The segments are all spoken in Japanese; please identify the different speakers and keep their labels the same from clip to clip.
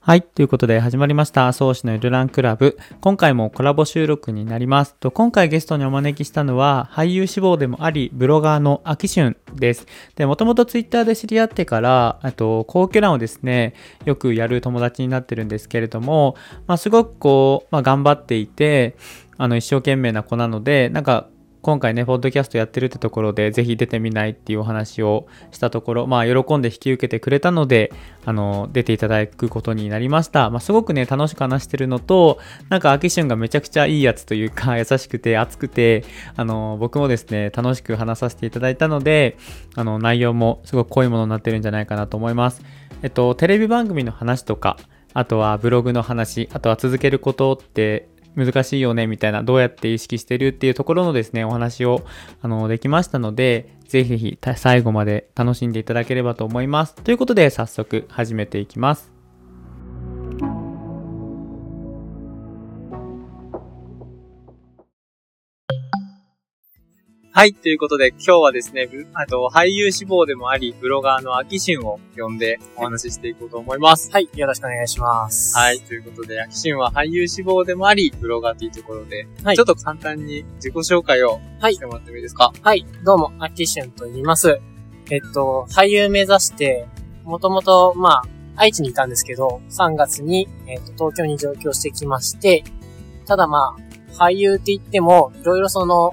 Speaker 1: はい。ということで始まりました。創始のゆるランクラブ。今回もコラボ収録になります。と今回ゲストにお招きしたのは、俳優志望でもあり、ブロガーの秋春です。で、もともとツイッターで知り合ってから、あと、皇居欄をですね、よくやる友達になってるんですけれども、まあ、すごくこう、まあ、頑張っていて、あの、一生懸命な子なので、なんか、今回ね、ポッドキャストやってるってところで、ぜひ出てみないっていうお話をしたところ、まあ、喜んで引き受けてくれたので、あの、出ていただくことになりました。まあ、すごくね、楽しく話してるのと、なんか、秋春がめちゃくちゃいいやつというか、優 しくて、熱くて、あの、僕もですね、楽しく話させていただいたので、あの、内容もすごく濃いものになってるんじゃないかなと思います。えっと、テレビ番組の話とか、あとはブログの話、あとは続けることって難しいよねみたいなどうやって意識してるっていうところのですねお話をあのできましたのでぜひぜひ最後まで楽しんでいただければと思いますということで早速始めていきますはい。ということで、今日はですね、あと、俳優志望でもあり、ブロガーの秋春を呼んでお話ししていこうと思います。
Speaker 2: はい。よろしくお願いします。
Speaker 1: はい。ということで、秋春は俳優志望でもあり、ブロガーというところで、はい、ちょっと簡単に自己紹介をしてもらってもいいですか、
Speaker 2: はい、はい。どうも、秋春と言います。えっと、俳優目指して、もともと、まあ、愛知にいたんですけど、3月に、えっと、東京に上京してきまして、ただまあ、俳優って言っても、いろいろその、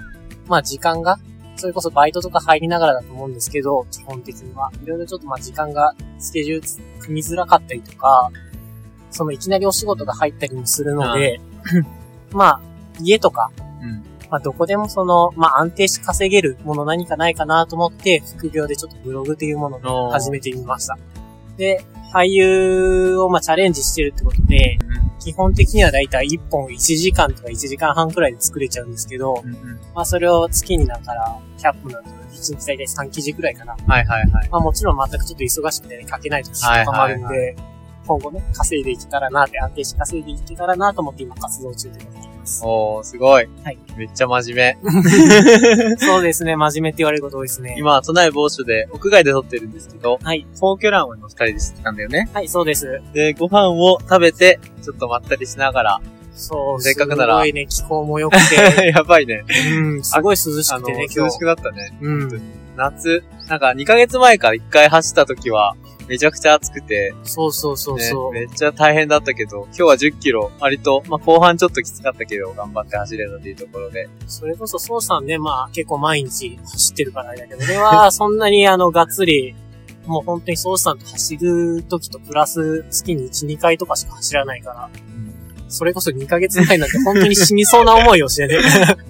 Speaker 2: まあ時間が、それこそバイトとか入りながらだと思うんですけど、基本的には。いろいろちょっとまあ時間が、スケジュール組みづらかったりとか、そのいきなりお仕事が入ったりもするので、うん、まあ、家とか、うん、まあどこでもその、まあ安定して稼げるもの何かないかなと思って、副業でちょっとブログというものを始めてみました。で、俳優をまあチャレンジしてるってことで、うん基本的にはだいたい1本1時間とか1時間半くらいで作れちゃうんですけど、うんうん、まあそれを月にだから100本だと1日だいたい3記事くらいかな。
Speaker 1: はいはいはい。
Speaker 2: まあもちろん全くちょっと忙しくて、ね、書けない時とかもあるんで、はいはいはい、今後ね、稼いでいけたらなって、安定して稼いでいけたらなと思って今活動中でございます。
Speaker 1: おー、すごい。はい。めっちゃ真面
Speaker 2: 目。そうですね、真面目って言われること多いですね。
Speaker 1: 今、都内某所で、屋外で撮ってるんですけど、はい。皇居ランを今二人でしてたんだよね。
Speaker 2: はい、そうです。
Speaker 1: で、ご飯を食べて、ちょっとまったりしながら、
Speaker 2: そう、
Speaker 1: せっかくなら。
Speaker 2: すごいね、気候も良く て。
Speaker 1: やばいね。
Speaker 2: うん、すごい涼しくてね、
Speaker 1: 涼しくなったね。うん。夏、なんか2ヶ月前から1回走った時は、めちゃくちゃ暑くて。
Speaker 2: そうそうそうそう、
Speaker 1: ね、めっちゃ大変だったけど、今日は10キロ、割と、まあ後半ちょっときつかったけど、頑張って走れたというところで。
Speaker 2: それこそ、そうさんね、まあ結構毎日走ってるからあれだけど、俺 はそんなにあの、がっつり、もう本当にそうさんと走る時とプラス月に1、2回とかしか走らないから。それこそ2ヶ月前なんて本当に死にそうな思いをしてね。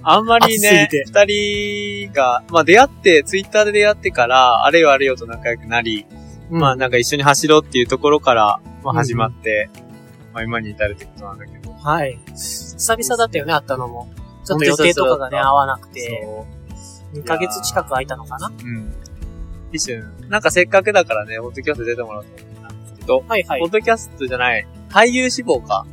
Speaker 1: あんまりね、二人が、まあ出会って、ツイッターで出会ってから、あれよあれよと仲良くなり、 まあなんか一緒に走ろうっていうところから、まあ始まって、うんうん、まあ今に至るってことなんだけど。
Speaker 2: はい。久々だったよね、あったのも。ちょっと予定とかがね、合わなくて。2ヶ月近く空いたのかな
Speaker 1: うん。一瞬、なんかせっかくだからね、ポッドキャスト出てもらったんですけど、
Speaker 2: はいはい。
Speaker 1: ポッドキャストじゃない、俳優志望か。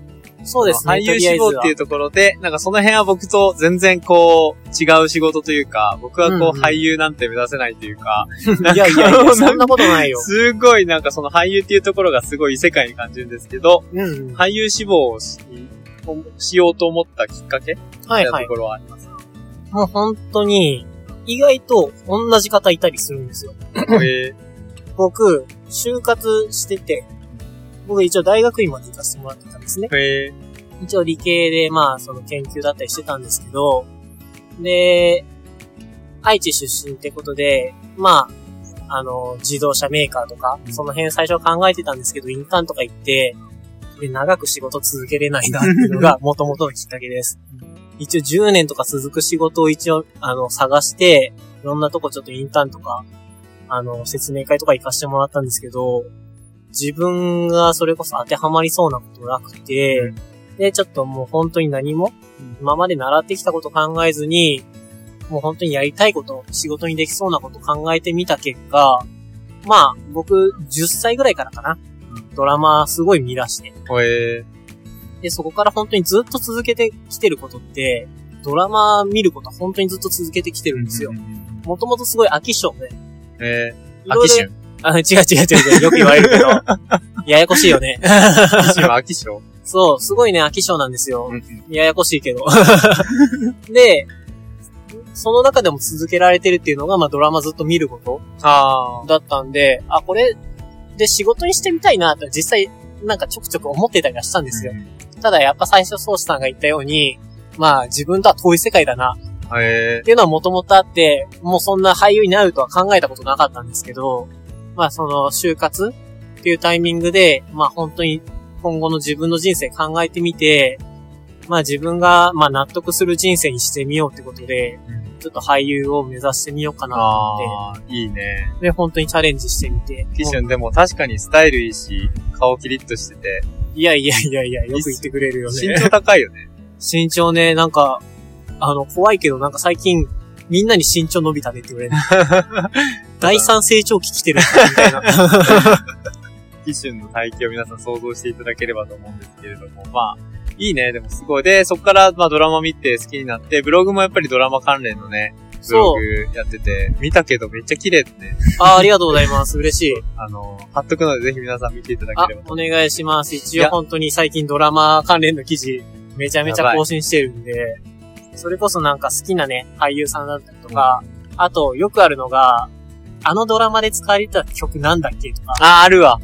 Speaker 2: そうですね。
Speaker 1: 俳優志望っていうところで、なんかその辺は僕と全然こう、違う仕事というか、僕はこう、うんうん、俳優なんて目指せないという か。
Speaker 2: かいやいやいや、そんなこと ないよ。
Speaker 1: すごいなんかその俳優っていうところがすごい異世界に感じるんですけど、うんうん、俳優志望をししようと思ったきっかけ。
Speaker 2: はいはい
Speaker 1: ところはありますか
Speaker 2: もう本当に、意外と同じ方いたりするんですよ。
Speaker 1: えー、
Speaker 2: 僕、就活してて、僕一応大学院まで行かせてもらってたんですね。
Speaker 1: へ
Speaker 2: 一応理系で、まあ、その研究だったりしてたんですけど、で、愛知出身ってことで、まあ、あの、自動車メーカーとか、その辺最初考えてたんですけど、インターンとか行って、で、長く仕事続けれないなっていうの が、元々のきっかけです。一応10年とか続く仕事を一応、あの、探して、いろんなとこちょっとインターンとか、あの、説明会とか行かしてもらったんですけど、自分がそれこそ当てはまりそうなことなくて、うん、で、ちょっともう本当に何も、今まで習ってきたこと考えずに、もう本当にやりたいこと、仕事にできそうなこと考えてみた結果、まあ、僕、10歳ぐらいからかな。ドラマすごい見出して。
Speaker 1: へ
Speaker 2: で、そこから本当にずっと続けてきてることって、ドラマ見ること本当にずっと続けてきてるんですよ。もともとすごい飽き性で。
Speaker 1: へえ。飽き性。
Speaker 2: あ、違う違う違う違う、よく言われるけど。ややこしいよね。
Speaker 3: 秋は秋賞。
Speaker 2: そう、すごいね、飽き性なんですよ
Speaker 3: う。ん
Speaker 2: ややこしいけど。 で、その中でも続けられてるっていうのが、まあドラマずっと見ること
Speaker 3: ああ。
Speaker 2: だったんで、あ、これで仕事にしてみたいなと実際なんかちょくちょく思ってたりはしたんですよ。ただやっぱ最初宗師さんが言ったように、まあ自分とは遠い世界だな
Speaker 3: へえ
Speaker 2: っ。ていうのはもともとあって、もうそんな俳優になるとは考えたことなかったんですけど、まあその就活っていうタイミングで、まあ本当に今後の自分の人生考えてみて、まあ自分がまあ納得する人生にしてみようってことで、ちょっと俳優を目指してみようかなと思っ
Speaker 3: ああ、いいね。
Speaker 2: て、で本当にチャレンジしてみて。
Speaker 3: キシュンでも確かにスタイルいいし、顔キリッとしてて、
Speaker 2: いやいやいやいや、よく言ってくれるよ
Speaker 3: 身
Speaker 2: ね。
Speaker 3: 長高いよね。
Speaker 2: 身長ね、なんか、あの、怖いけど、なんか最近、みんなに身長伸びたねって言われる。 第三成長期来てるみたいな。
Speaker 3: キシュンの体型を皆さん想像していただければと思うんですけれども、まあ、いいね、でもすごい。で、そっから、まあドラマ見て好きになって、ブログもやっぱりドラマ関連のね、ブロ
Speaker 2: そう。
Speaker 3: グやってて、見たけどめっちゃ綺麗だね。
Speaker 2: あー、ありがとうございます。嬉しい。
Speaker 3: あの、貼っとくのでぜひ皆さん見ていただ
Speaker 2: あ
Speaker 3: ければ、と
Speaker 2: お
Speaker 3: 思い
Speaker 2: 願いします。一
Speaker 3: い
Speaker 2: 応
Speaker 3: や
Speaker 2: 本当に最近ドラマ関連の記事、めちゃめちゃ更新してるんで、それこそなんか好きなね、俳優さんだったりとか、あと、よくあるのが、あのドラマで使われてた曲なんだっけとか、
Speaker 3: あ、あるわ。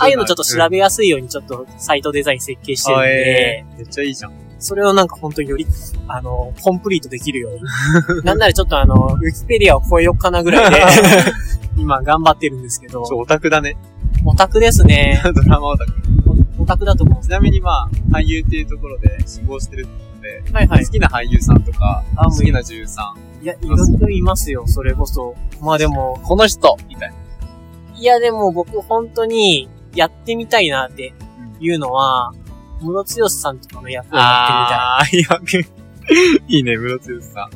Speaker 2: ああいうのちょっと調べやすいようにちょっとサイトデザイン設計してるん
Speaker 3: あ
Speaker 2: で、
Speaker 3: えーめっちゃいいじゃん。
Speaker 2: それをなんか本当により、あの、コンプリートできるよう に。なんならちょっとあの、ウィキペディアを超えよっかなぐらいで、今頑張ってるんですけど、
Speaker 3: そう、オタクだね。
Speaker 2: オタクですね。
Speaker 3: ドラマオタク。
Speaker 2: オタクだと思うんで
Speaker 3: ちなみにまあ、俳優っていうところで志望してるので、
Speaker 2: す。はいはい。
Speaker 3: 好きな俳優さんとか、
Speaker 2: あもう
Speaker 3: 好きな女優さん。
Speaker 2: いや、いろいろいますよ、それこそ。まあでも、
Speaker 3: この人みたい
Speaker 2: いやでも僕本当にやってみたいなっていうのは、ムロツヨシさんとかの役を
Speaker 3: な。
Speaker 2: や
Speaker 3: あー、いや、 いいね、ムロツヨシさん。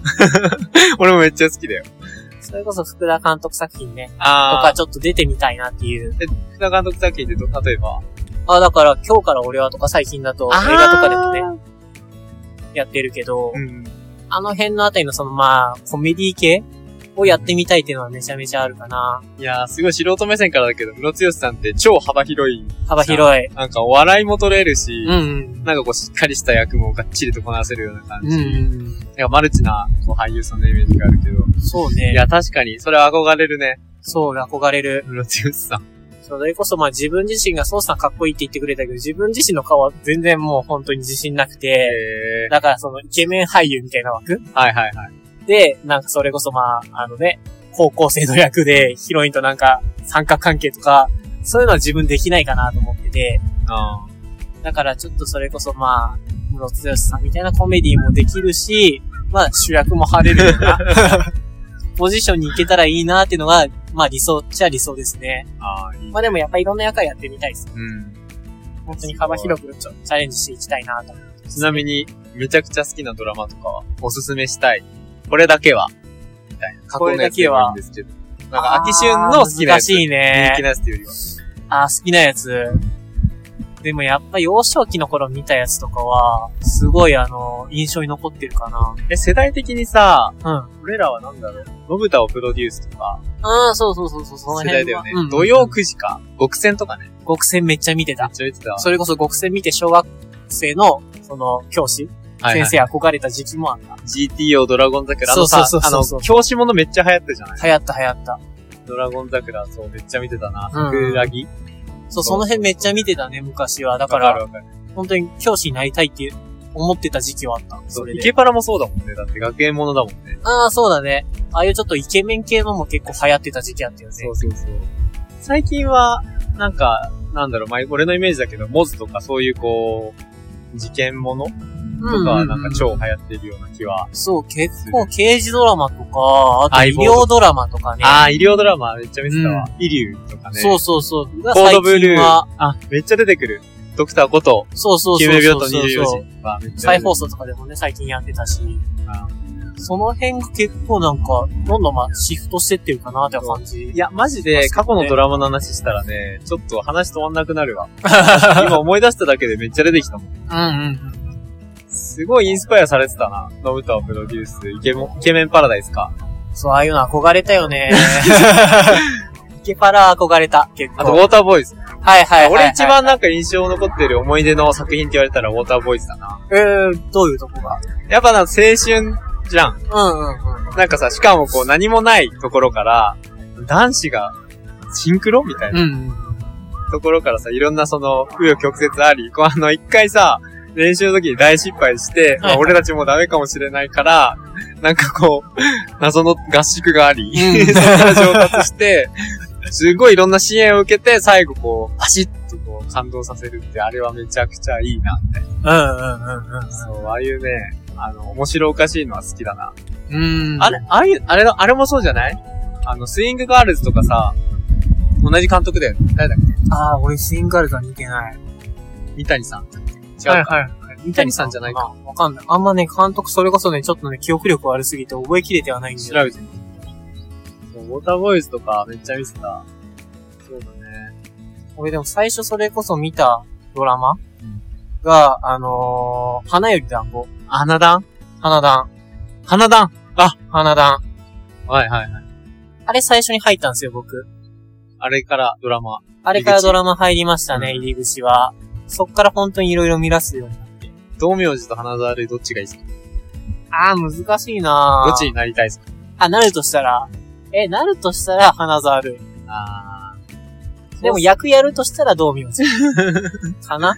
Speaker 3: 俺もめっちゃ好きだ
Speaker 2: っ
Speaker 3: よ。
Speaker 2: てみたい。それこそ福田監督作品ね、と
Speaker 3: あ
Speaker 2: かちょっと出てみたいなっていう。
Speaker 3: 福田監督作品でど、例えば。
Speaker 2: あ、だから今日から俺はとか最近だと映画とかでもね、
Speaker 3: ね。
Speaker 2: やってるけど
Speaker 3: う、ん。
Speaker 2: あの辺のあたりのそのまあ、コメディ系をやってみたいっていうのはめちゃめちゃあるかな。
Speaker 3: いやー、すごい素人目線からだけど、ムロツヨシさんって超幅広い。
Speaker 2: 幅広い。
Speaker 3: なんか、お笑いも取れるし、
Speaker 2: うんうん。
Speaker 3: なんかこう、しっかりした役もがっちりとこなせるような感
Speaker 2: う
Speaker 3: じ。
Speaker 2: んうん
Speaker 3: なんかマルチなこう俳優さんのイメージがあるけど。
Speaker 2: うん。そう
Speaker 3: い
Speaker 2: ね。
Speaker 3: や、確かに、それは憧れるね。
Speaker 2: そう、憧れる。
Speaker 3: ムロツヨシさん。
Speaker 2: それこそまあ自分自身がソウさんかっこいいって言ってくれたけど、自分自身の顔は全然もう本当に自信なく
Speaker 3: へ
Speaker 2: て、
Speaker 3: え
Speaker 2: だからそのイケメン俳優みたいな枠
Speaker 3: ー。はいはいはい。
Speaker 2: で、なんかそれこそまあ、あのね、高校生の役でヒロインとなんか三角関係とか、そういうのは自分できないかなと思ってて、
Speaker 3: あ
Speaker 2: だからちょっとそれこそまあ、ムロツヨシさんみたいなコメディもできるし、まあ主役も張れるような、ポジションに行けたらいいなっていうのが、まあ理想っちゃ理想ですね。
Speaker 3: ーあー、いい
Speaker 2: ま。あでもやっぱいろんな役はやってみたいです。
Speaker 3: うん。
Speaker 2: 本当に幅広くちょチャレンジしていきたいなと。
Speaker 3: ちなみに、めちゃくちゃ好きなドラマとかは、おすすめしたい。これだけは、みたいな。過去のやつでもいいんですけど。なんか、秋春の好きなやつ。
Speaker 2: 難しいね
Speaker 3: 人気。なやつっていうよりは。
Speaker 2: あー、好きなやつ。でもやっぱ幼少期の頃見たやつとかは、すごいあの、印象に残ってるか
Speaker 3: え、世代的にさ、
Speaker 2: な。
Speaker 3: 俺らはなんだろう。のぶたをプロデュースとか、
Speaker 2: うん。うん、そうそうそうそう、その
Speaker 3: 世
Speaker 2: 辺
Speaker 3: 代だよね。
Speaker 2: うん
Speaker 3: 土曜9時か、極戦とかね。
Speaker 2: 極戦めっちゃ見て。
Speaker 3: めったちゃ言ってたわ。
Speaker 2: それこそ極戦見て小学生の、その、教師、
Speaker 3: はいはい
Speaker 2: 先生憧れた時期もあった。
Speaker 3: GTO ドラゴン桜。あの
Speaker 2: そ
Speaker 3: さ
Speaker 2: うそう
Speaker 3: あ
Speaker 2: そう
Speaker 3: の
Speaker 2: そう、
Speaker 3: 教師ものめっちゃ流行ったじゃない
Speaker 2: 流行った流行った。
Speaker 3: ドラゴン桜、そう、めっちゃ見てたな。
Speaker 2: うん
Speaker 3: 桜木
Speaker 2: そう、その辺めっちゃ見てたね、昔は。だ
Speaker 3: だ
Speaker 2: から、
Speaker 3: わかる
Speaker 2: 本当に教師になりたいって思ってた時期はあった。
Speaker 3: そ、
Speaker 2: そうれで
Speaker 3: イ。ケパラもそうだもんね。だって学園ものだもんね。
Speaker 2: ああ、そうだね。ああいうちょっとイケメン系のも結構流行ってた時期あったよね。
Speaker 3: そうそうそう。最近は、なんか、なんだろう、まあ、俺のイメージだけど、モズとかそういうこう、事件ものとかはなんか超流行ってるような気は。
Speaker 2: そう、結構刑事ドラマとか、あと医
Speaker 3: 相棒
Speaker 2: 療ドラマとかね。
Speaker 3: ああ、医療ドラマめっちゃ見てたわ。医療とかね。
Speaker 2: そうそうそう。が
Speaker 3: コー
Speaker 2: 最
Speaker 3: ドブ
Speaker 2: 近
Speaker 3: ルー
Speaker 2: は、。
Speaker 3: あ、めっちゃ出てくる。ドクターこと、
Speaker 2: そうそうそうそう。
Speaker 3: 9秒と24
Speaker 2: そう
Speaker 3: 時はめっちゃ
Speaker 2: 再放
Speaker 3: 送。
Speaker 2: 送とかでもね、最近やってたし
Speaker 3: あ。
Speaker 2: その辺が結構なんか、どんどんまあシフトしてってるかなって感じ
Speaker 3: い。や、マジで過去のドラマの話したらね、ちょっと話止まんなくな るわ。今思い出しただけでめっちゃ出てきたもん。
Speaker 2: うんうん。
Speaker 3: すごいインスパイアされてたな。ノブタをプロデュース、イケモンイケメンパラダイスか。
Speaker 2: そう、あ あいうの憧れたよね。イケパラ憧れた、結構。
Speaker 3: あと、ウォーターボーイズ。
Speaker 2: ウはいはいはいはい、
Speaker 3: 俺一番なんか印象残ってる思い出の作品って言われたらウォーターボーイズだな。
Speaker 2: えー、どういうとこが
Speaker 3: やっぱなんか青春じゃ
Speaker 2: うん
Speaker 3: ん。
Speaker 2: うんうん。
Speaker 3: なんかさ、しかもこう何もないところから、男子がシンクロみたいな
Speaker 2: うんうん。
Speaker 3: ところからさ、いろんなその、紆余曲折あり、こうあの、一回さ、練習の時に大失敗して、ま
Speaker 2: はい
Speaker 3: あ、俺たちもうダメかもしれないから、なんかこう、謎の合宿があり、
Speaker 2: うん
Speaker 3: そこから上達して、すごいいろんな支援を受けて、最後こう、パシッとこう、感動させるって、あれはめちゃくちゃいいな。
Speaker 2: うんうんうん
Speaker 3: そう、ああいうね、あの、面白おかしいのは好きだな。
Speaker 2: うん。うん。
Speaker 3: あれ、ああいう、あれの、あれもそうじゃないあの、スイングガールズとかさ、同じ監督だよね。誰だっけ
Speaker 2: ああ、俺スインガールズは似てない。
Speaker 3: 三谷さんだっけ。違うか。
Speaker 2: はい。
Speaker 3: 三谷さんじゃないか。
Speaker 2: か。わかんない。あんまね、監督それこそね、ちょっとね、記憶力悪すぎて覚えきれてはないんで。
Speaker 3: 調べてみて。そうウォーターボーイズとかめっちゃ見てた。そうだね。
Speaker 2: 俺でも最初それこそ見たドラマ
Speaker 3: ん
Speaker 2: が、あのー、花より団子。
Speaker 3: 花壇
Speaker 2: 花団。
Speaker 3: 花壇
Speaker 2: 花団。
Speaker 3: はいはいはい。
Speaker 2: あれ最初に入ったんですよ、僕。
Speaker 3: あれからドラマ。
Speaker 2: あれからドラマ入りましたね、入り口は。そっから本当に色々見出すようになって。
Speaker 3: 道明寺と花沢類どっちがいいですか
Speaker 2: あー、難しいな
Speaker 3: ど
Speaker 2: ー
Speaker 3: っちになりたいですか
Speaker 2: あ、なるとしたら、え、なるとしたら花沢類。
Speaker 3: あー。
Speaker 2: でも
Speaker 3: や、
Speaker 2: 役やるとしたら道明 寺。かな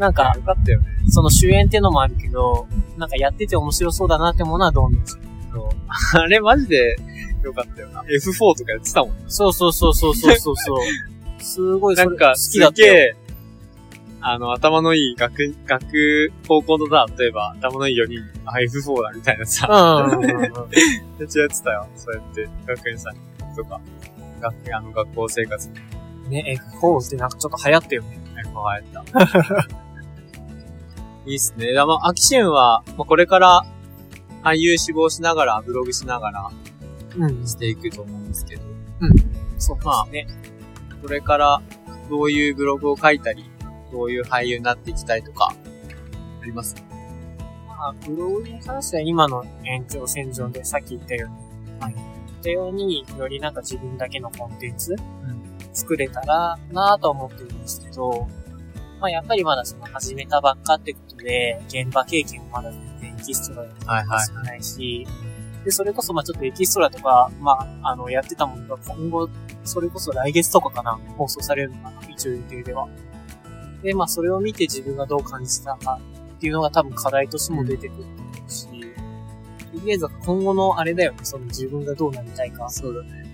Speaker 2: なんか、
Speaker 3: よかったよね。
Speaker 2: その主演ってのもあるけど、なんかやってて面白そうだなってものは道明寺。
Speaker 3: そう あれマジでよかったよな。F4 とかやってたもん。
Speaker 2: そうそうそうそうそうそうそう。 すごいそ
Speaker 3: な
Speaker 2: れ
Speaker 3: んか、
Speaker 2: 好
Speaker 3: す
Speaker 2: きだった
Speaker 3: げ
Speaker 2: よ。
Speaker 3: え、あの、頭のいい学、学、高校のさ、例えば、頭のいい4人、あ、F4 だみたいな
Speaker 2: う
Speaker 3: さ、
Speaker 2: んうんうんうん。
Speaker 3: めっちゃやってたよ。そうやって、学園さんとか、学、あの、学校生活に
Speaker 2: ね、F4 ってなんかちょっと流行ったよね。
Speaker 3: 考えた。 いいっすね。だまあ、アキシュンは、まあ、これから、俳優志望しながら、ブログしながら、
Speaker 2: うん。
Speaker 3: していくと思うんですけど、
Speaker 2: そうまあね。
Speaker 3: これから、どういうブログを書いたり、どういう俳優になっていきたいとか、あります
Speaker 2: まあ、ブログに関しては今の延長線上でさっき言ったように、はい、言ったように、よりなんか自分だけのコンテンツ、作れたらなぁと思ってるんですけど、まあやっぱりまだその始めたばっかってことで、現場経験もまだ全然エキストラで
Speaker 3: はい
Speaker 2: も少ないし、で、それこそまあちょっとエキストラとか、まああのやってたものが今後、それこそ来月とかかな、放送されるのかな、一応予定では。で、まあそれを見て自分がどう感じたかっていうのが多分課題としても出てくると思うし、とりあえずは今後のあれだよね、その自分がどうなりたいか。そうだね。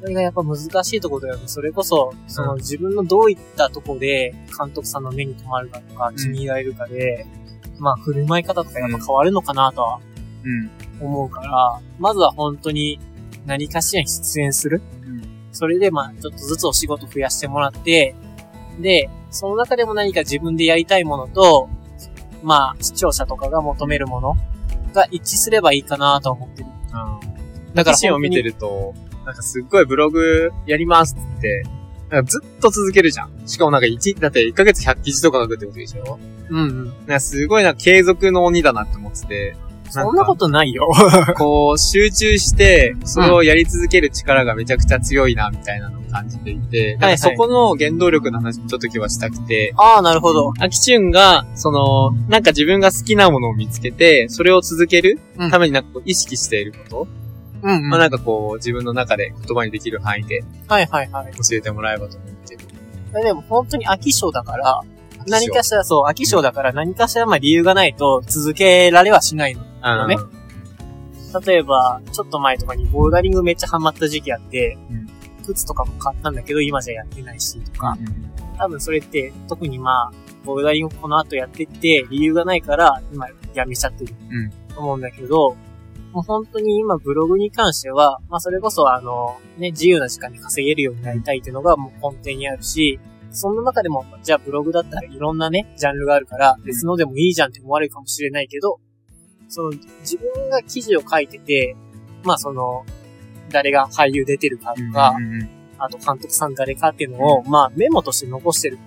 Speaker 2: それがやっぱ難しいところだよね。それこそ、その自分のどういったところで監督さんの目に留まるかとか
Speaker 3: ん
Speaker 2: 気に入られるかで、まあ振る舞い方とかやっぱ変わるのかなとは
Speaker 3: うん。
Speaker 2: 思うから、まずは本当に何かしらに出演する。それでまあちょっとずつお仕事増やしてもらって、で、その中でも何か自分でやりたいものと、まあ視聴者とかが求めるものが一致すればいいかなとは思ってる。だ
Speaker 3: だか、
Speaker 2: からら
Speaker 3: シーンを見てると、なんかすっごいブログやりますって、なんかずっと続けるじゃん。しかもなんか1、だって1ヶ月100記事とか書くってことでしょ
Speaker 2: うんうん。
Speaker 3: なんかすごいなんか継続の鬼だなって思ってて、
Speaker 2: そんなことないよ。
Speaker 3: こう集中して、それをやり続ける力がめちゃくちゃ強いなみたいなのを感じていて、なんかそこの原動力の話もちょっと今日はしたくて、
Speaker 2: ああ、なるほど。
Speaker 3: アキチュンが、その、なんか自分が好きなものを見つけて、それを続ける
Speaker 2: うん
Speaker 3: ためになんかこう意識していること、
Speaker 2: うん、うん。
Speaker 3: まあ
Speaker 2: は
Speaker 3: なんかこう自分の中で言葉にできる範囲で
Speaker 2: いはいはい。
Speaker 3: 教えてもらえばと思ってる。
Speaker 2: でも本当に飽き性だから、何かしら、そう、飽き性だから何かしらまあ理由がないと続けられはしないの。
Speaker 3: あの
Speaker 2: ね例えば、ちょっと前とかにボルダリングめっちゃハマった時期あって、
Speaker 3: うん
Speaker 2: 靴とかも買ったんだけど今じゃやってないしとか、
Speaker 3: う
Speaker 2: 多分それって特にまあ、ボルダリングこの後やってって理由がないから今やめちゃってる
Speaker 3: うん
Speaker 2: と思うんだけど、もう本当に今ブログに関しては、まあそれこそあの、ね、自由な時間に稼げるようになりたいっていうのがもう根底にあるし、そんな中でも、じゃあブログだったらいろんなね、ジャンルがあるから、別のでもいいじゃんって思われるかもしれないけど、その自分が記事を書いてて、まあその、誰が俳優出てるかと
Speaker 3: ん
Speaker 2: か、
Speaker 3: うんうんうん
Speaker 2: あと監督さん誰かっていうのを、まあメモとして残してる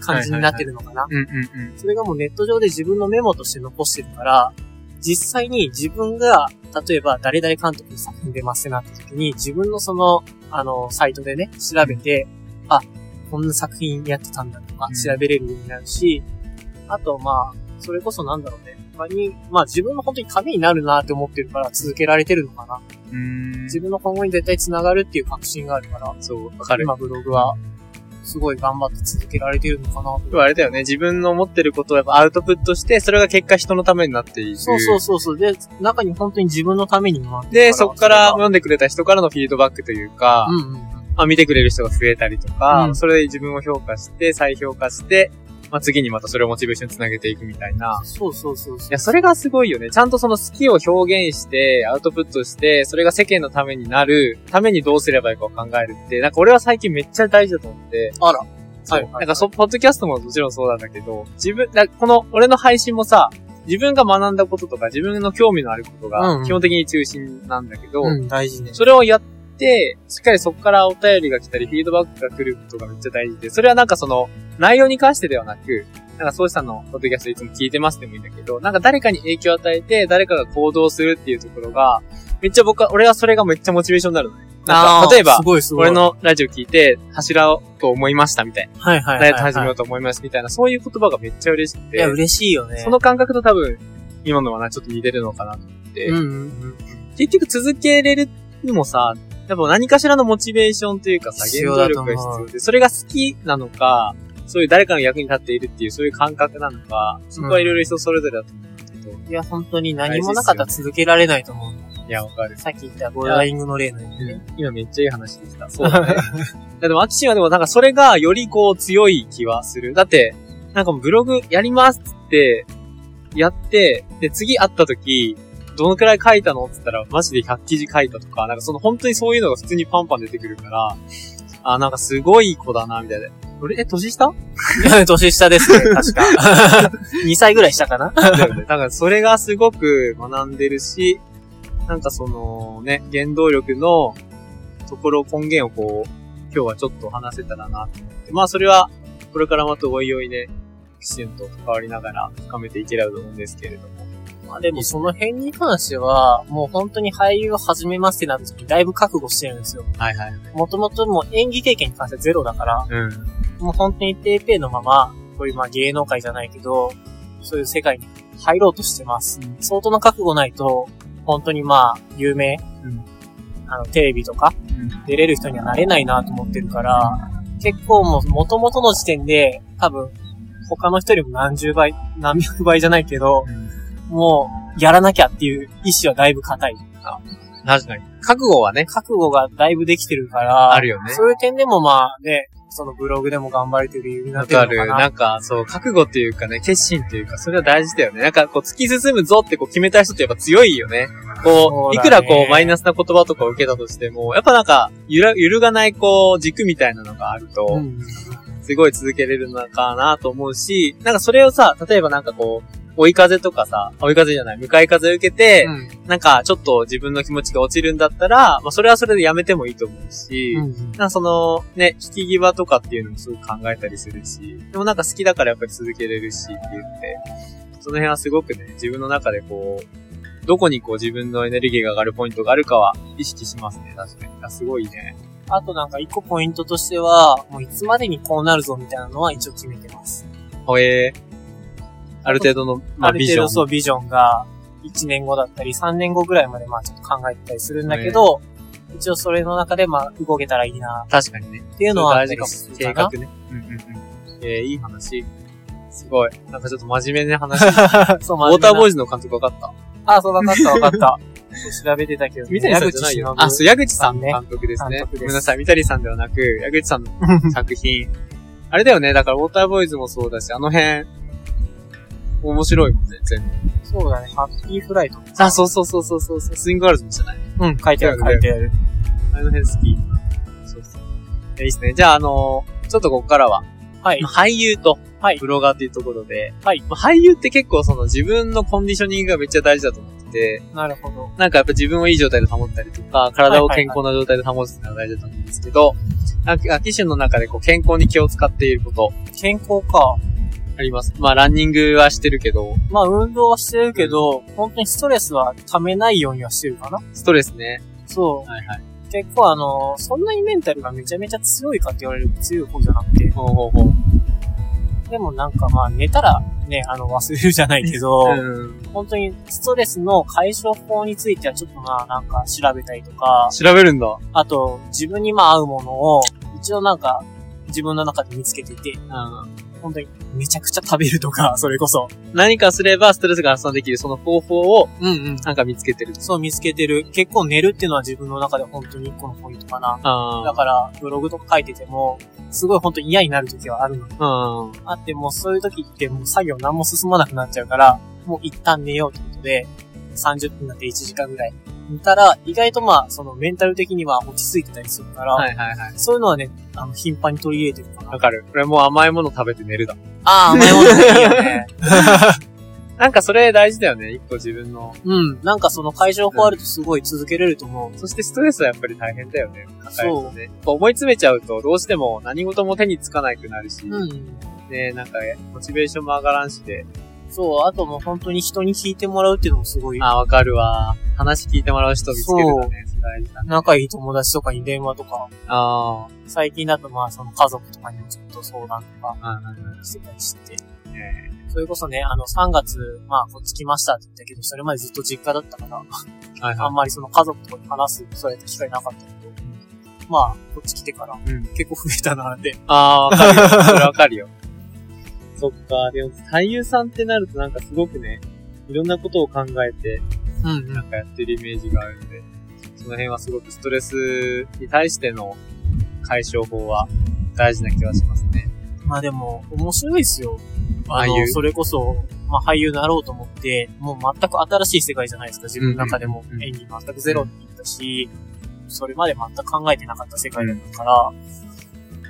Speaker 2: 感じになってるのかな。
Speaker 3: うんうんうん
Speaker 2: それがもうネット上で自分のメモとして残してるから、実際に自分が、例えば誰々監督の作品出ますってなった時に、自分のその、あの、サイトでね、調べて、あ、こんな作品やってたんだとか
Speaker 3: うん
Speaker 2: 調べれるようになるし、あとまあ、それこそなんだろうね。まあ、にまあ自分の本当にためになるなって思ってるから続けられてるのかな。
Speaker 3: うーん。
Speaker 2: 自分の今後に絶対繋がるっていう確信があるから、
Speaker 3: そう、わかる。
Speaker 2: 今ブログはすごい頑張って続けられてるのかなと
Speaker 3: 要はあれだよね、自分の思ってることをやっぱアウトプットして、それが結果人のためになっていく。
Speaker 2: そうそうそうそう。で、中に本当に自分のためにもなって
Speaker 3: で、
Speaker 2: る
Speaker 3: そっ
Speaker 2: そ
Speaker 3: から
Speaker 2: れが
Speaker 3: 読んでくれた人からのフィードバックというか、
Speaker 2: うんうんうん。
Speaker 3: まあ、見てくれる人が増えたりとか、
Speaker 2: うん
Speaker 3: それで自分を評価して、再評価して、まあ、次にまたそれをモチベーションにつなげていくみたいな。
Speaker 2: そうそうそうそう。
Speaker 3: いや、それがすごいよね。ちゃんとその好きを表現して、アウトプットして、それが世間のためになる、ためにどうすればいいかを考えるって、なんか俺は最近めっちゃ大事だと思って。
Speaker 2: あら。
Speaker 3: そう。
Speaker 2: はいはいはい
Speaker 3: なんかそ、ポッドキャストももちろんそうなんだけど、自分、だこの、俺の配信もさ、自分が学んだこととか、自分の興味のあること
Speaker 2: うんう
Speaker 3: が
Speaker 2: ん、
Speaker 3: 基本的に中心なんだけど、
Speaker 2: うん、大事ね。
Speaker 3: それをやって、しっかりそこからお便りが来たり、フィードバックが来ることがめっちゃ大事で、それはなんかその、内容に関してではなく、なんか、そうさんのポッドキャストいつも聞いてますでもいいんだけど、なんか誰かに影響を与えて、誰かが行動するっていうところが、めっちゃ僕は、俺はそれがめっちゃモチベーションになるのね。なんか、例えば
Speaker 2: す、ごいすごい。
Speaker 3: 俺、のラジオ聞いて、柱をと思いましたみたいな。
Speaker 2: はいはいは
Speaker 3: ダイ
Speaker 2: い、
Speaker 3: エット始めようと思いますみたいな、そういう言葉がめっちゃ嬉しく
Speaker 2: いや、
Speaker 3: て、
Speaker 2: 嬉しいよね。
Speaker 3: その感覚と多分、今のはな、ちょっと似てるのかなと思って。
Speaker 2: うんうん
Speaker 3: 結局続けれるのもさ、やっぱ何かしらのモチベーションというかさ、
Speaker 2: 必
Speaker 3: 原
Speaker 2: 要
Speaker 3: 動
Speaker 2: だと
Speaker 3: 力
Speaker 2: 思
Speaker 3: が
Speaker 2: う
Speaker 3: 必要で、それが好きなのか、そういう誰かの役に立っているっていう、そういう感覚なのか、そこはいろいろ人それぞれだと思うんだけど、
Speaker 2: うん。いや、本当に何もなかったら続けられないと思う。
Speaker 3: いや、わかる。
Speaker 2: さっき言ったボルダリングの例のようにね。
Speaker 3: 今めっちゃいい話でした。そう だね。いやでも、アキシンはでもなんかそれがよりこう強い気はする。だって、なんかもうブログやりますっつって、やって、で、次会った時、どのくらい書いたのって言ったら、マジで100記事書いたとか、なんかその本当にそういうのが普通にパンパン出てくるから、あ、なんかすごい子だな、みたいな。俺、え、年下
Speaker 2: 年下ですね、確 か。2歳ぐらい下かな
Speaker 3: だよねだからそれがすごく学んでるし、なんかそのね、原動力のところ根源をこう、今日はちょっと話せたらなと思って。まあそれは、これからまたおいおいね、きちんと関わりながら深めていければと思うんですけれども。
Speaker 2: まあでもその辺に関しては、もう本当に俳優を始めますってなった時、だいぶ覚悟してるんですよ。
Speaker 3: はいはい。
Speaker 2: もともともう演技経験に関してはゼロだから、
Speaker 3: うん。
Speaker 2: もう本当にペーペーのまま、こういうまあ芸能界じゃないけど、そういう世界に入ろうとしてます。相当な覚悟ないと、本当にまあ、有名、
Speaker 3: うん
Speaker 2: あの、テレビとか、
Speaker 3: うん
Speaker 2: 出れる人にはなれないなと思ってるから、結構もう元々の時点で、多分、他の人よりも何十倍、何百倍じゃないけど、もう、やらなきゃっていう意志はだいぶ固い。
Speaker 3: 確かに。覚悟はね、
Speaker 2: 覚悟がだいぶできてるから、
Speaker 3: あるよね
Speaker 2: そういう点でもまあね、そのブログでも頑張れてる理由にな
Speaker 3: わ
Speaker 2: ってる
Speaker 3: か
Speaker 2: のか
Speaker 3: る。
Speaker 2: な。
Speaker 3: なんか、そう、覚悟というかね、決心というか、それは大事だよね。なんか、こう、突き進むぞってこう決めた人ってやっぱ強いよね。こ
Speaker 2: そ
Speaker 3: う、いう
Speaker 2: だね
Speaker 3: くらこう、マイナスな言葉とかを受けたとしても、やっぱなんか、揺ら、揺るがないこう、軸みたいなのがあると、
Speaker 2: うん
Speaker 3: すごい続けれるのかなと思うし、なんかそれをさ、例えばなんかこう、追い風とかさ、追い風じゃない、向かい風を受けて、
Speaker 2: うん
Speaker 3: なんかちょっと自分の気持ちが落ちるんだったら、まあそれはそれでやめてもいいと思うし、
Speaker 2: うん
Speaker 3: なんかその、ね、引き際とかっていうのもすごく考えたりするし、でもなんか好きだからやっぱり続けれるしって言って、その辺はすごくね、自分の中でこう、どこにこう自分のエネルギーが上がるポイントがあるかは意識しますね、確かに。あすごいね。
Speaker 2: あとなんか一個ポイントとしては、もういつまでにこうなるぞみたいなのは一応決めてます。
Speaker 3: ほえー、ある程度の、ま
Speaker 2: あ
Speaker 3: あ、
Speaker 2: る
Speaker 3: ビジ
Speaker 2: 程
Speaker 3: ョン。。
Speaker 2: 度そううビジョンが1年後だったり3年後ぐらいまでまあちょっと考えてたりするんだけど、一応それの中でまあ動けたらいいな
Speaker 3: 確かにね。
Speaker 2: っていうのはあ
Speaker 3: 大
Speaker 2: った
Speaker 3: 事か
Speaker 2: り
Speaker 3: も
Speaker 2: す。
Speaker 3: 計
Speaker 2: る
Speaker 3: 画
Speaker 2: か
Speaker 3: ね。うんうんうん。えー、いい話。すごい。なんかちょっと真面目な話。ウ
Speaker 2: な。そう、
Speaker 3: ォーターボー
Speaker 2: イ
Speaker 3: イズの監督分かった
Speaker 2: あ、そう、わかったわ かった。調べてたけど、
Speaker 3: 三谷さんじゃないよ。
Speaker 2: あ、
Speaker 3: あ、そう、矢口さ
Speaker 2: さん
Speaker 3: ん
Speaker 2: ね
Speaker 3: 監督ですね
Speaker 2: 監。督です
Speaker 3: ごめんなさい、三谷さんではなく、矢口さんの 作品。あれだよね、だから、ウォーターボーイズもそうだし、あの辺、面白いもんね、全部。
Speaker 2: そうだね。ハッピーフライト。
Speaker 3: あ、そうそうそうそうそうそう、スイングガールズもじゃない。
Speaker 2: うん、書いてある、書いてある。
Speaker 3: あの辺好き。そうそう。えいいっすね。じゃあ、あのーちょっとここからは、
Speaker 2: はい。
Speaker 3: まあ俳優と
Speaker 2: はい、
Speaker 3: ブロガーというところで、
Speaker 2: はい
Speaker 3: まあ俳優って結構その自分のコンディショニングがめっちゃ大事だと思ってて、
Speaker 2: なるほど。
Speaker 3: なんかやっぱ自分をいい状態で保ったりとか、体を健康な状態で保つっていうのが大事だと思うんですけど、なんか、機種の中でこう健康に気を使っていること
Speaker 2: 健康か。
Speaker 3: あります。まあ、ランニングはしてるけど、
Speaker 2: まあ、運動はしてるけど、本当にストレスは溜めないようにはしてるかな。
Speaker 3: ストレスね。
Speaker 2: そ
Speaker 3: はいはい。
Speaker 2: う。結構あの、そんなにメンタルがめちゃめちゃ強いかって言われると強い方じゃなくて、
Speaker 3: ほうほうほう。
Speaker 2: でもなんかまあ寝たらね、あの忘れるじゃないけど、
Speaker 3: うん
Speaker 2: 本当にストレスの解消法についてはちょっとまあなんか調べたりとか、
Speaker 3: 調べるんだ。
Speaker 2: あと自分にまあ合うものを一応なんか自分の中で見つけていて、本当にめちゃくちゃ食べるとか、 それこそ。
Speaker 3: 何かすればストレスが発散できるその方法を
Speaker 2: うんうん。
Speaker 3: なんか見つけてる。
Speaker 2: そう見つけてる。結構寝るっていうのは自分の中で本当に一個のポイントかな。だ
Speaker 3: あ
Speaker 2: からブログとか書いてても、すごい本当に嫌になる時はあるの
Speaker 3: あ。うん。
Speaker 2: あって、もうそういう時ってもう作業何も進まなくなっちゃうから、もう一旦寝ようってことで、30分だって1時間ぐらい寝たら、意外とまあ、そのメンタル的には落ち着いてたりするから、
Speaker 3: はいはいはい。
Speaker 2: そういうのはね、あの、頻繁に取り入れてるかな。
Speaker 3: わかる。これもう甘いもの食べて寝るだ。
Speaker 2: ああ、迷わないいよね。
Speaker 3: なんかそれ大事だよね。一個自分の。
Speaker 2: うん。なんかその解消法あるとすごい続けれると思う。
Speaker 3: そしてストレスはやっぱり大変だよね。抱えると
Speaker 2: そう
Speaker 3: ね。やっぱ思い詰めちゃうとどうしても何事も手につかなくなるし、
Speaker 2: うん。
Speaker 3: ねなんかモチベーションも上がらんしで。
Speaker 2: そう、あともう本当に人に聞いてもらうっていうのもすごい、
Speaker 3: ああ、わかるわ。話聞いてもらう人見つけるのね。大事だね。
Speaker 2: 仲いい友達とかに電話とか、
Speaker 3: あ
Speaker 2: 最近だとまあその家族とかにもちょっと相談とか、
Speaker 3: あ。うんうんうん
Speaker 2: してたりして。それこそね、あの、3月、まあ、こっち来ましたって言ったけど、それまでずっと実家だったから、
Speaker 3: はい
Speaker 2: あ
Speaker 3: は
Speaker 2: んまりその家族とかに話す、そうやって機会なかったけど、まあ、こっち来てから、
Speaker 3: い。うん。
Speaker 2: 結構増えたなって。
Speaker 3: ああ、わかるよ。そ れわかるよ。そっか。でも、俳優さんってなるとなんかすごくね、いろんなことを考えて、
Speaker 2: うん
Speaker 3: なんかやってるイメージがあるので、その辺はすごくストレスに対しての解消法は大事な気がしますね。
Speaker 2: まあでも、面白いですよ。あ
Speaker 3: 俳優
Speaker 2: の、それこそ、まあ俳優になろうと思って、もう全く新しい世界じゃないですか、自分の中でも
Speaker 3: うんうん。うん
Speaker 2: 演技全くゼロって言ったし、それまで全く考えてなかった世界だったから、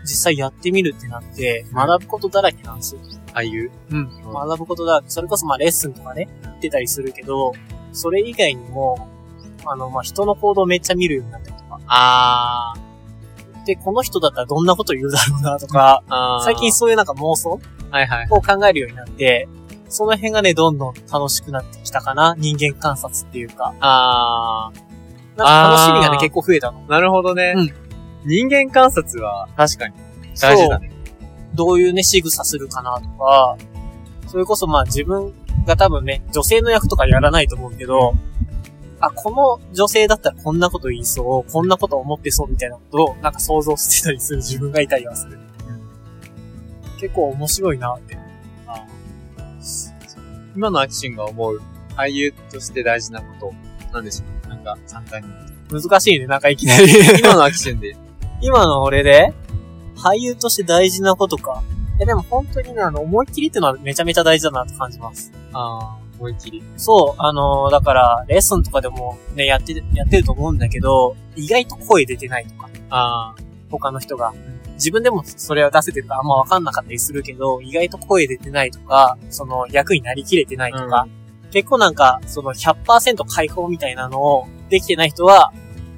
Speaker 2: 実際やってみるってなって、学ぶことだらけなんですよ。
Speaker 3: 俳優
Speaker 2: うん。学ぶことだ。それこそまあレッスンとかね、行ってたりするけど、それ以外にも、あの、まあ人の行動めっちゃ見るようになったりとか。
Speaker 3: あー
Speaker 2: で、この人だったらどんなこと言うだろうなとか、
Speaker 3: あー。
Speaker 2: 最近そういうなんか妄想
Speaker 3: はいはい。
Speaker 2: を考えるようになって、その辺がね、どんどん楽しくなってきたかな。人間観察っていうか。
Speaker 3: あ
Speaker 2: なんか楽しみが
Speaker 3: あ
Speaker 2: ね、
Speaker 3: ー
Speaker 2: 結構増えたの。
Speaker 3: ー。なるほどね。
Speaker 2: うん
Speaker 3: 人間観察は確かに大事だね。
Speaker 2: どういうね、仕草するかなとか、それこそまあ自分が多分ね、女性の役とかやらないと思うけど、あ、この女性だったらこんなこと言いそう、こんなこと思ってそうみたいなことをなんか想像してたりする 自分がいたりはする。結構面白いなって。
Speaker 3: あー今のアキシンが思う俳優として大事なこと、なんでしょうなんか簡単に。
Speaker 2: 難しいね、なんかいきなり。
Speaker 3: 今のアキシンで。
Speaker 2: 今の俺で、俳優として大事なことか。え、でも本当にね、あの、思いっきりってのはめちゃめちゃ大事だなって感じます。
Speaker 3: ああ、思いっきり。
Speaker 2: そう、あのーだから、レッスンとかでもね、やって、やってると思うんだけど、意外と声出てないとか、
Speaker 3: あ
Speaker 2: 他の人が。自分でもそれは出せてるかあんまわかんなかったりするけど、意外と声出てないとか、その役になりきれてないとか、結構なんか、その100%解放みたいなのをできてない人は、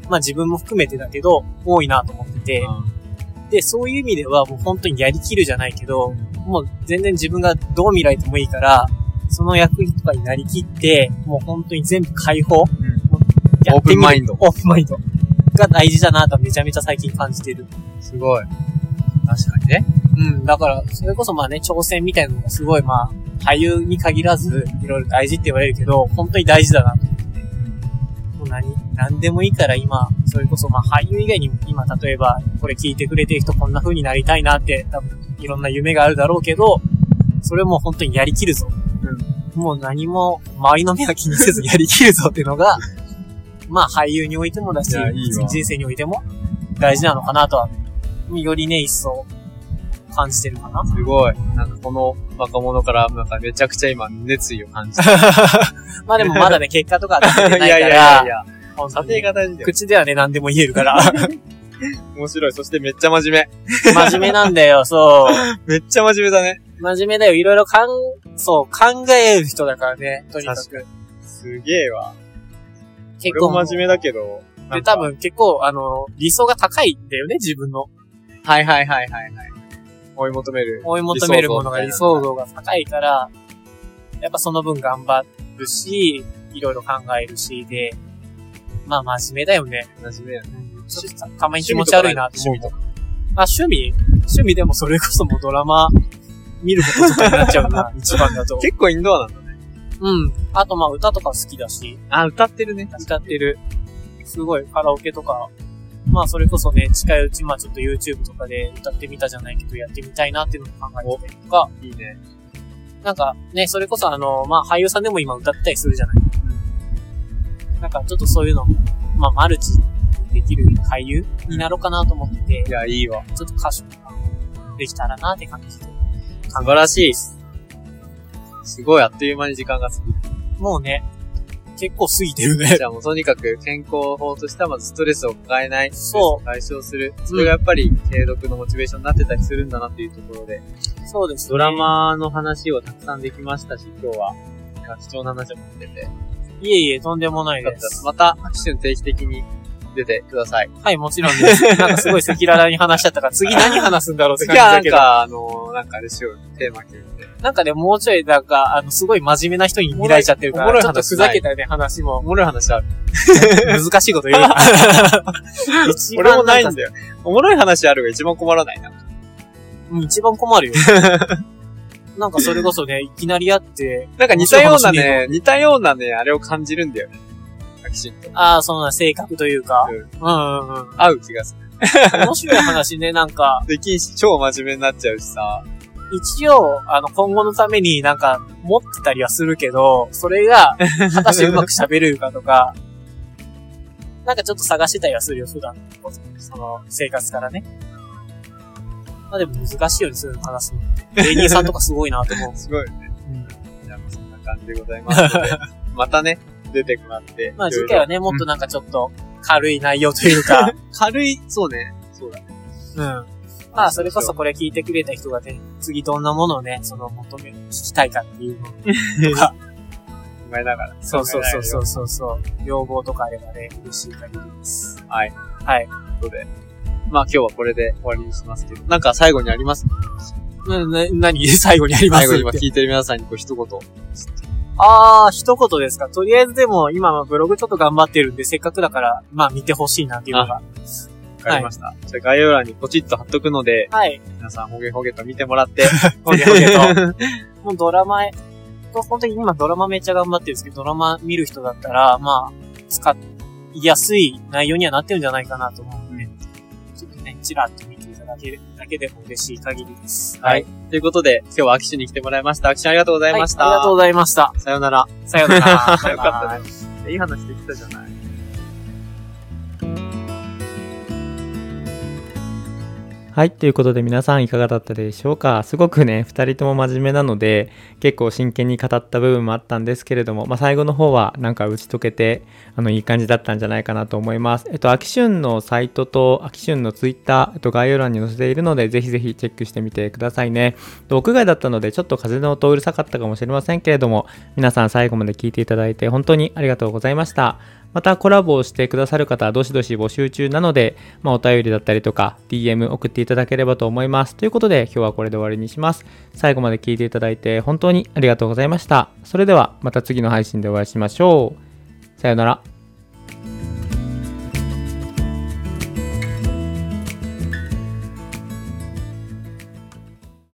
Speaker 2: まあ自分も含めてだけど、多いなと思ってて、
Speaker 3: あ。
Speaker 2: で、そういう意味ではもう本当にやりきるじゃないけど、もう全然自分がどう見られてもいいから、その役とかになりきって、もう本当に全部解放、や
Speaker 3: オー
Speaker 2: ってみ
Speaker 3: プ
Speaker 2: る
Speaker 3: ンマインド。
Speaker 2: オープンマインドが大事だなとめちゃめちゃ最近感じてる。
Speaker 3: すごい。確かにね。
Speaker 2: うん、だから、それこそまあね、挑戦みたいなのがすごいまあ、俳優に限らず、いろいろ大事って言われるけど、本当に大事だなと思って。もう何、何でもいいから今、それこそまあ俳優以外にも今、例えば、これ聞いてくれてる人こんな風になりたいなって、多分、いろんな夢があるだろうけど、それも本当にやりきるぞ。もう何も、周りの目は気にせずやりきるぞっていうの が、まあ俳優においてもだし、
Speaker 3: いやいいわ
Speaker 2: 人生においても大事なのかなとは、よりね、一層感じてるか な。
Speaker 3: すごい。なんかこの若者から、なんかめちゃくちゃ今熱意を感じて。
Speaker 2: まあでもまだね、結果とかは出てないから、
Speaker 3: や。
Speaker 2: 本当
Speaker 3: 査定
Speaker 2: に
Speaker 3: が大事だよ。
Speaker 2: 口ではね、何でも言える から、
Speaker 3: 面白い。そしてめっちゃ真面
Speaker 2: 真面目なんだよ、そう。
Speaker 3: 目。めっちゃ真面目だね。
Speaker 2: 真面目だよ、いろいろかん、そう、考える人だからね、とにかく。
Speaker 3: すげえわ。
Speaker 2: 結
Speaker 3: 俺
Speaker 2: 構
Speaker 3: も真面目だけど。
Speaker 2: で、多。分結構、あの、理想が高いんだよね、自分の。
Speaker 3: はいはいはいはいはい。追い求める。
Speaker 2: 追い求めるものが理
Speaker 3: 理想
Speaker 2: 想像が高いから、やっぱその分頑張るし、いろいろ考えるしで、まあ真面目だよね。
Speaker 3: 真面目やね。
Speaker 2: ちょっとたまに気持ち悪いなって思う。
Speaker 3: とか。
Speaker 2: あ、趣味趣味でもそれこそもうドラマ見ることとかになっちゃうな、一番 だと。
Speaker 3: 結構インドアなんだね。
Speaker 2: うん。あとまあ歌とか好きだし、
Speaker 3: あ、歌ってるね。
Speaker 2: 歌ってる。すごいカラオケとか、まあそれこそね、近いうちまあちょっと YouTube とかで歌ってみたじゃないけど、やってみたいなっていうのも考えてたりとか、
Speaker 3: いいね。
Speaker 2: なんかね、それこそあの、まあ俳優さんでも今歌ったりするじゃない。なんかちょっとそういうのも、まあマルチできる俳優になろうかなと思ってて
Speaker 3: い、や、いいわ。
Speaker 2: ちょっと歌手とかできたらなって感じで。
Speaker 3: 素晴らしいです。すごい、あっという間に時間が過ぎ
Speaker 2: もうね、結構過ぎてる
Speaker 3: る。
Speaker 2: ね。
Speaker 3: じゃあもうとにかく健康法としてはまずストレスを抱えない。
Speaker 2: そう。
Speaker 3: 解消する。それがやっぱり継続のモチベーションになってたりするんだなっていうところで。
Speaker 2: そうです、
Speaker 3: ドラ。マの話をたくさんできましたし、今日は、貴重な話も出て。よ
Speaker 2: いえいえ、とんでもない
Speaker 3: かっ
Speaker 2: で
Speaker 3: たですす。。また、アクション定期的に出てください。
Speaker 2: はい、もちろん です。なんかすごい赤裸々に話しちゃったから、次何話すんだろうって
Speaker 3: 次
Speaker 2: 感じ
Speaker 3: はな
Speaker 2: だ
Speaker 3: ん
Speaker 2: けど。
Speaker 3: か、あのー、なんかあれしようよテーマ決めて。
Speaker 2: なんかね、もうちょい、なんか、あの、すごい真面目な人に見られちゃってるか
Speaker 3: おもろ
Speaker 2: ら、
Speaker 3: い
Speaker 2: ちょっと
Speaker 3: 話
Speaker 2: ふざけたね、話も。
Speaker 3: おもろい話ある。
Speaker 2: 難しいこと言う。一番
Speaker 3: 俺もない
Speaker 2: なん
Speaker 3: んだよ。 おもろい話あるが一番困らないな。
Speaker 2: うん一番困る よ。なんかそれこそね、いきなり会って、
Speaker 3: なんか似たような
Speaker 2: 面白い話
Speaker 3: ね、似たようなね、あれを感じるんだよね。アクションと。
Speaker 2: ああ、その性格というか、う
Speaker 3: う
Speaker 2: んんうんうん。
Speaker 3: 合う気がする。
Speaker 2: 面白い話ね、なんか、
Speaker 3: できんし、超真面目になっちゃうしさ。
Speaker 2: 一応、あの、今後のためになんか持ってたりはするけど、それが、果たしてうまく喋れるかとか、 なんかちょっと探してたりはするよ、普段の、その、生活からね。まあでも難しいよね、そういうの話すのって。芸人さんとかすごいなと思
Speaker 3: 。
Speaker 2: う
Speaker 3: すごいよね。じゃあ、そんな感じでございま すので。またね、出てもらって。
Speaker 2: まあ
Speaker 3: いろ
Speaker 2: 次
Speaker 3: いろ
Speaker 2: 回はね、もっとなんかちょっと軽い内容という か、
Speaker 3: 軽い、そうね。そうだね。
Speaker 2: うん。まあそれこそこれ聞いてくれた人がね、次どんなものをね、その求め、聞きたいかっていうのを
Speaker 3: 考えながら。
Speaker 2: そうそうそうそうそうそう。要望とかあればね、嬉しい限りです。
Speaker 3: はい。
Speaker 2: はい。
Speaker 3: ということで。まあ今日はこれで終わりにしますけど。なんか最後にあります
Speaker 2: な、な、何最後にあります
Speaker 3: 最後に今
Speaker 2: って
Speaker 3: 聞いてる皆さんにこう一言。
Speaker 2: あー、一言ですか。とりあえずでも、今はブログちょっと頑張ってるんで、せっかくだから、まあ見てほしいなっていうのが。
Speaker 3: わかりました。じゃあ概要欄にポチッと貼っとくので、
Speaker 2: はい。
Speaker 3: 皆さんほげほげと見てもら って。
Speaker 2: ほげほげと。もうドラマへ、と本当に今ドラマめっちゃ頑張ってるんですけど、ドラマ見る人だったら、まあ、使いやすい内容にはなってるんじゃないかなと思うんで、ちょっとね、ちらっと見ていただけるだけでも嬉しい限りです。
Speaker 3: はい。ということで、今日は秋市に来てもらいました。秋市ありがとうございました。
Speaker 2: はいありがとうございました。
Speaker 3: さようなら。
Speaker 2: さようなら。
Speaker 3: よ
Speaker 2: バイバイ
Speaker 3: かったです。いい話できたじゃない。
Speaker 1: はい。ということで皆さんいかがだったでしょうかすごくね、2人とも真面目なので、結構真剣に語った部分もあったんですけれども、まあ、最後の方はなんか打ち解けて、あの、いい感じだったんじゃないかなと思います。えっと、アキシュンのサイトと、アキシュンのツイッター、えっと、概要欄に載せているので、ぜひぜひチェックしてみてくださいね。で屋外だったので、ちょっと風の音うるさかったかもしれませんけれども、皆さん最後まで聞いていただいて、本当にありがとうございました。またコラボをしてくださる方はどしどし募集中なので、まあ、お便りだったりとか DM 送っていただければと思います。ということで今日はこれで終わりにします。最後まで聞いていただいて本当にありがとうございました。それではまた次の配信でお会いしましょう。さようなら。